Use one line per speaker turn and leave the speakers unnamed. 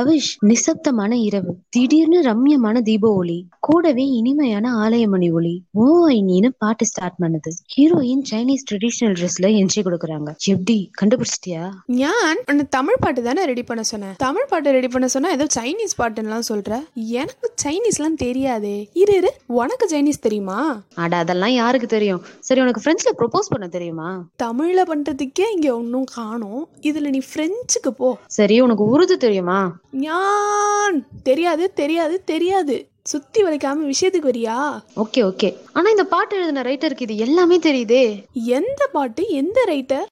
அவிஷ் நிசப்தமான இரவு திடீர்னு ரம்யமான தீப ஒளி கூடவே இனிமையான ஆலயமணி ஒளி ஓ ஐனின்னு பாட்டு ஸ்டார்ட் பண்ணுது ஹீரோயின் சைனீஸ் ட்ரெடிஷனல் ட்ரெஸ்ல என்ட்ரி கொடுக்குறாங்க எப்படி கண்டுபிடிச்சிட்டியா
ஞான் உன்னை தமிழ் பாட்டு தானே ரெடி பண்ண சொன்னேன் தமிழ் பாட்டு ரெடி பண்ண சொன்னா ஏதோ சைனீஸ் பாட்டுலாம் சொல்ற எனக்கு சைனீஸ்லாம் தெரியாதே இரு இரு உனக்கு சைனீஸ் தெரியுமா
அட அதெல்லாம் யாருக்கு தெரியும் சரி உனக்கு ஃப்ரெண்ட்ஸ்ல ப்ரொபோஸ் பண்ண தெரியுமா
தமிழ்ல பண்றதுக்கே இங்க ஒன்றும் காணோம் இதுல நீ பிரெஞ்சுக்கு போ
சரி உனக்கு உருது தெரியுமா
ஞான் தெரியாது தெரியாது தெரியாது சுத்தி வளைக்காம விஷயத்துக்கு வரியா
ஓகே ஓகே ஆனா இந்த பாட்டு எழுதின ரைட்டருக்கு இது எல்லாமே தெரியுதே
எந்த பாட்டு எந்த ரைட்டர்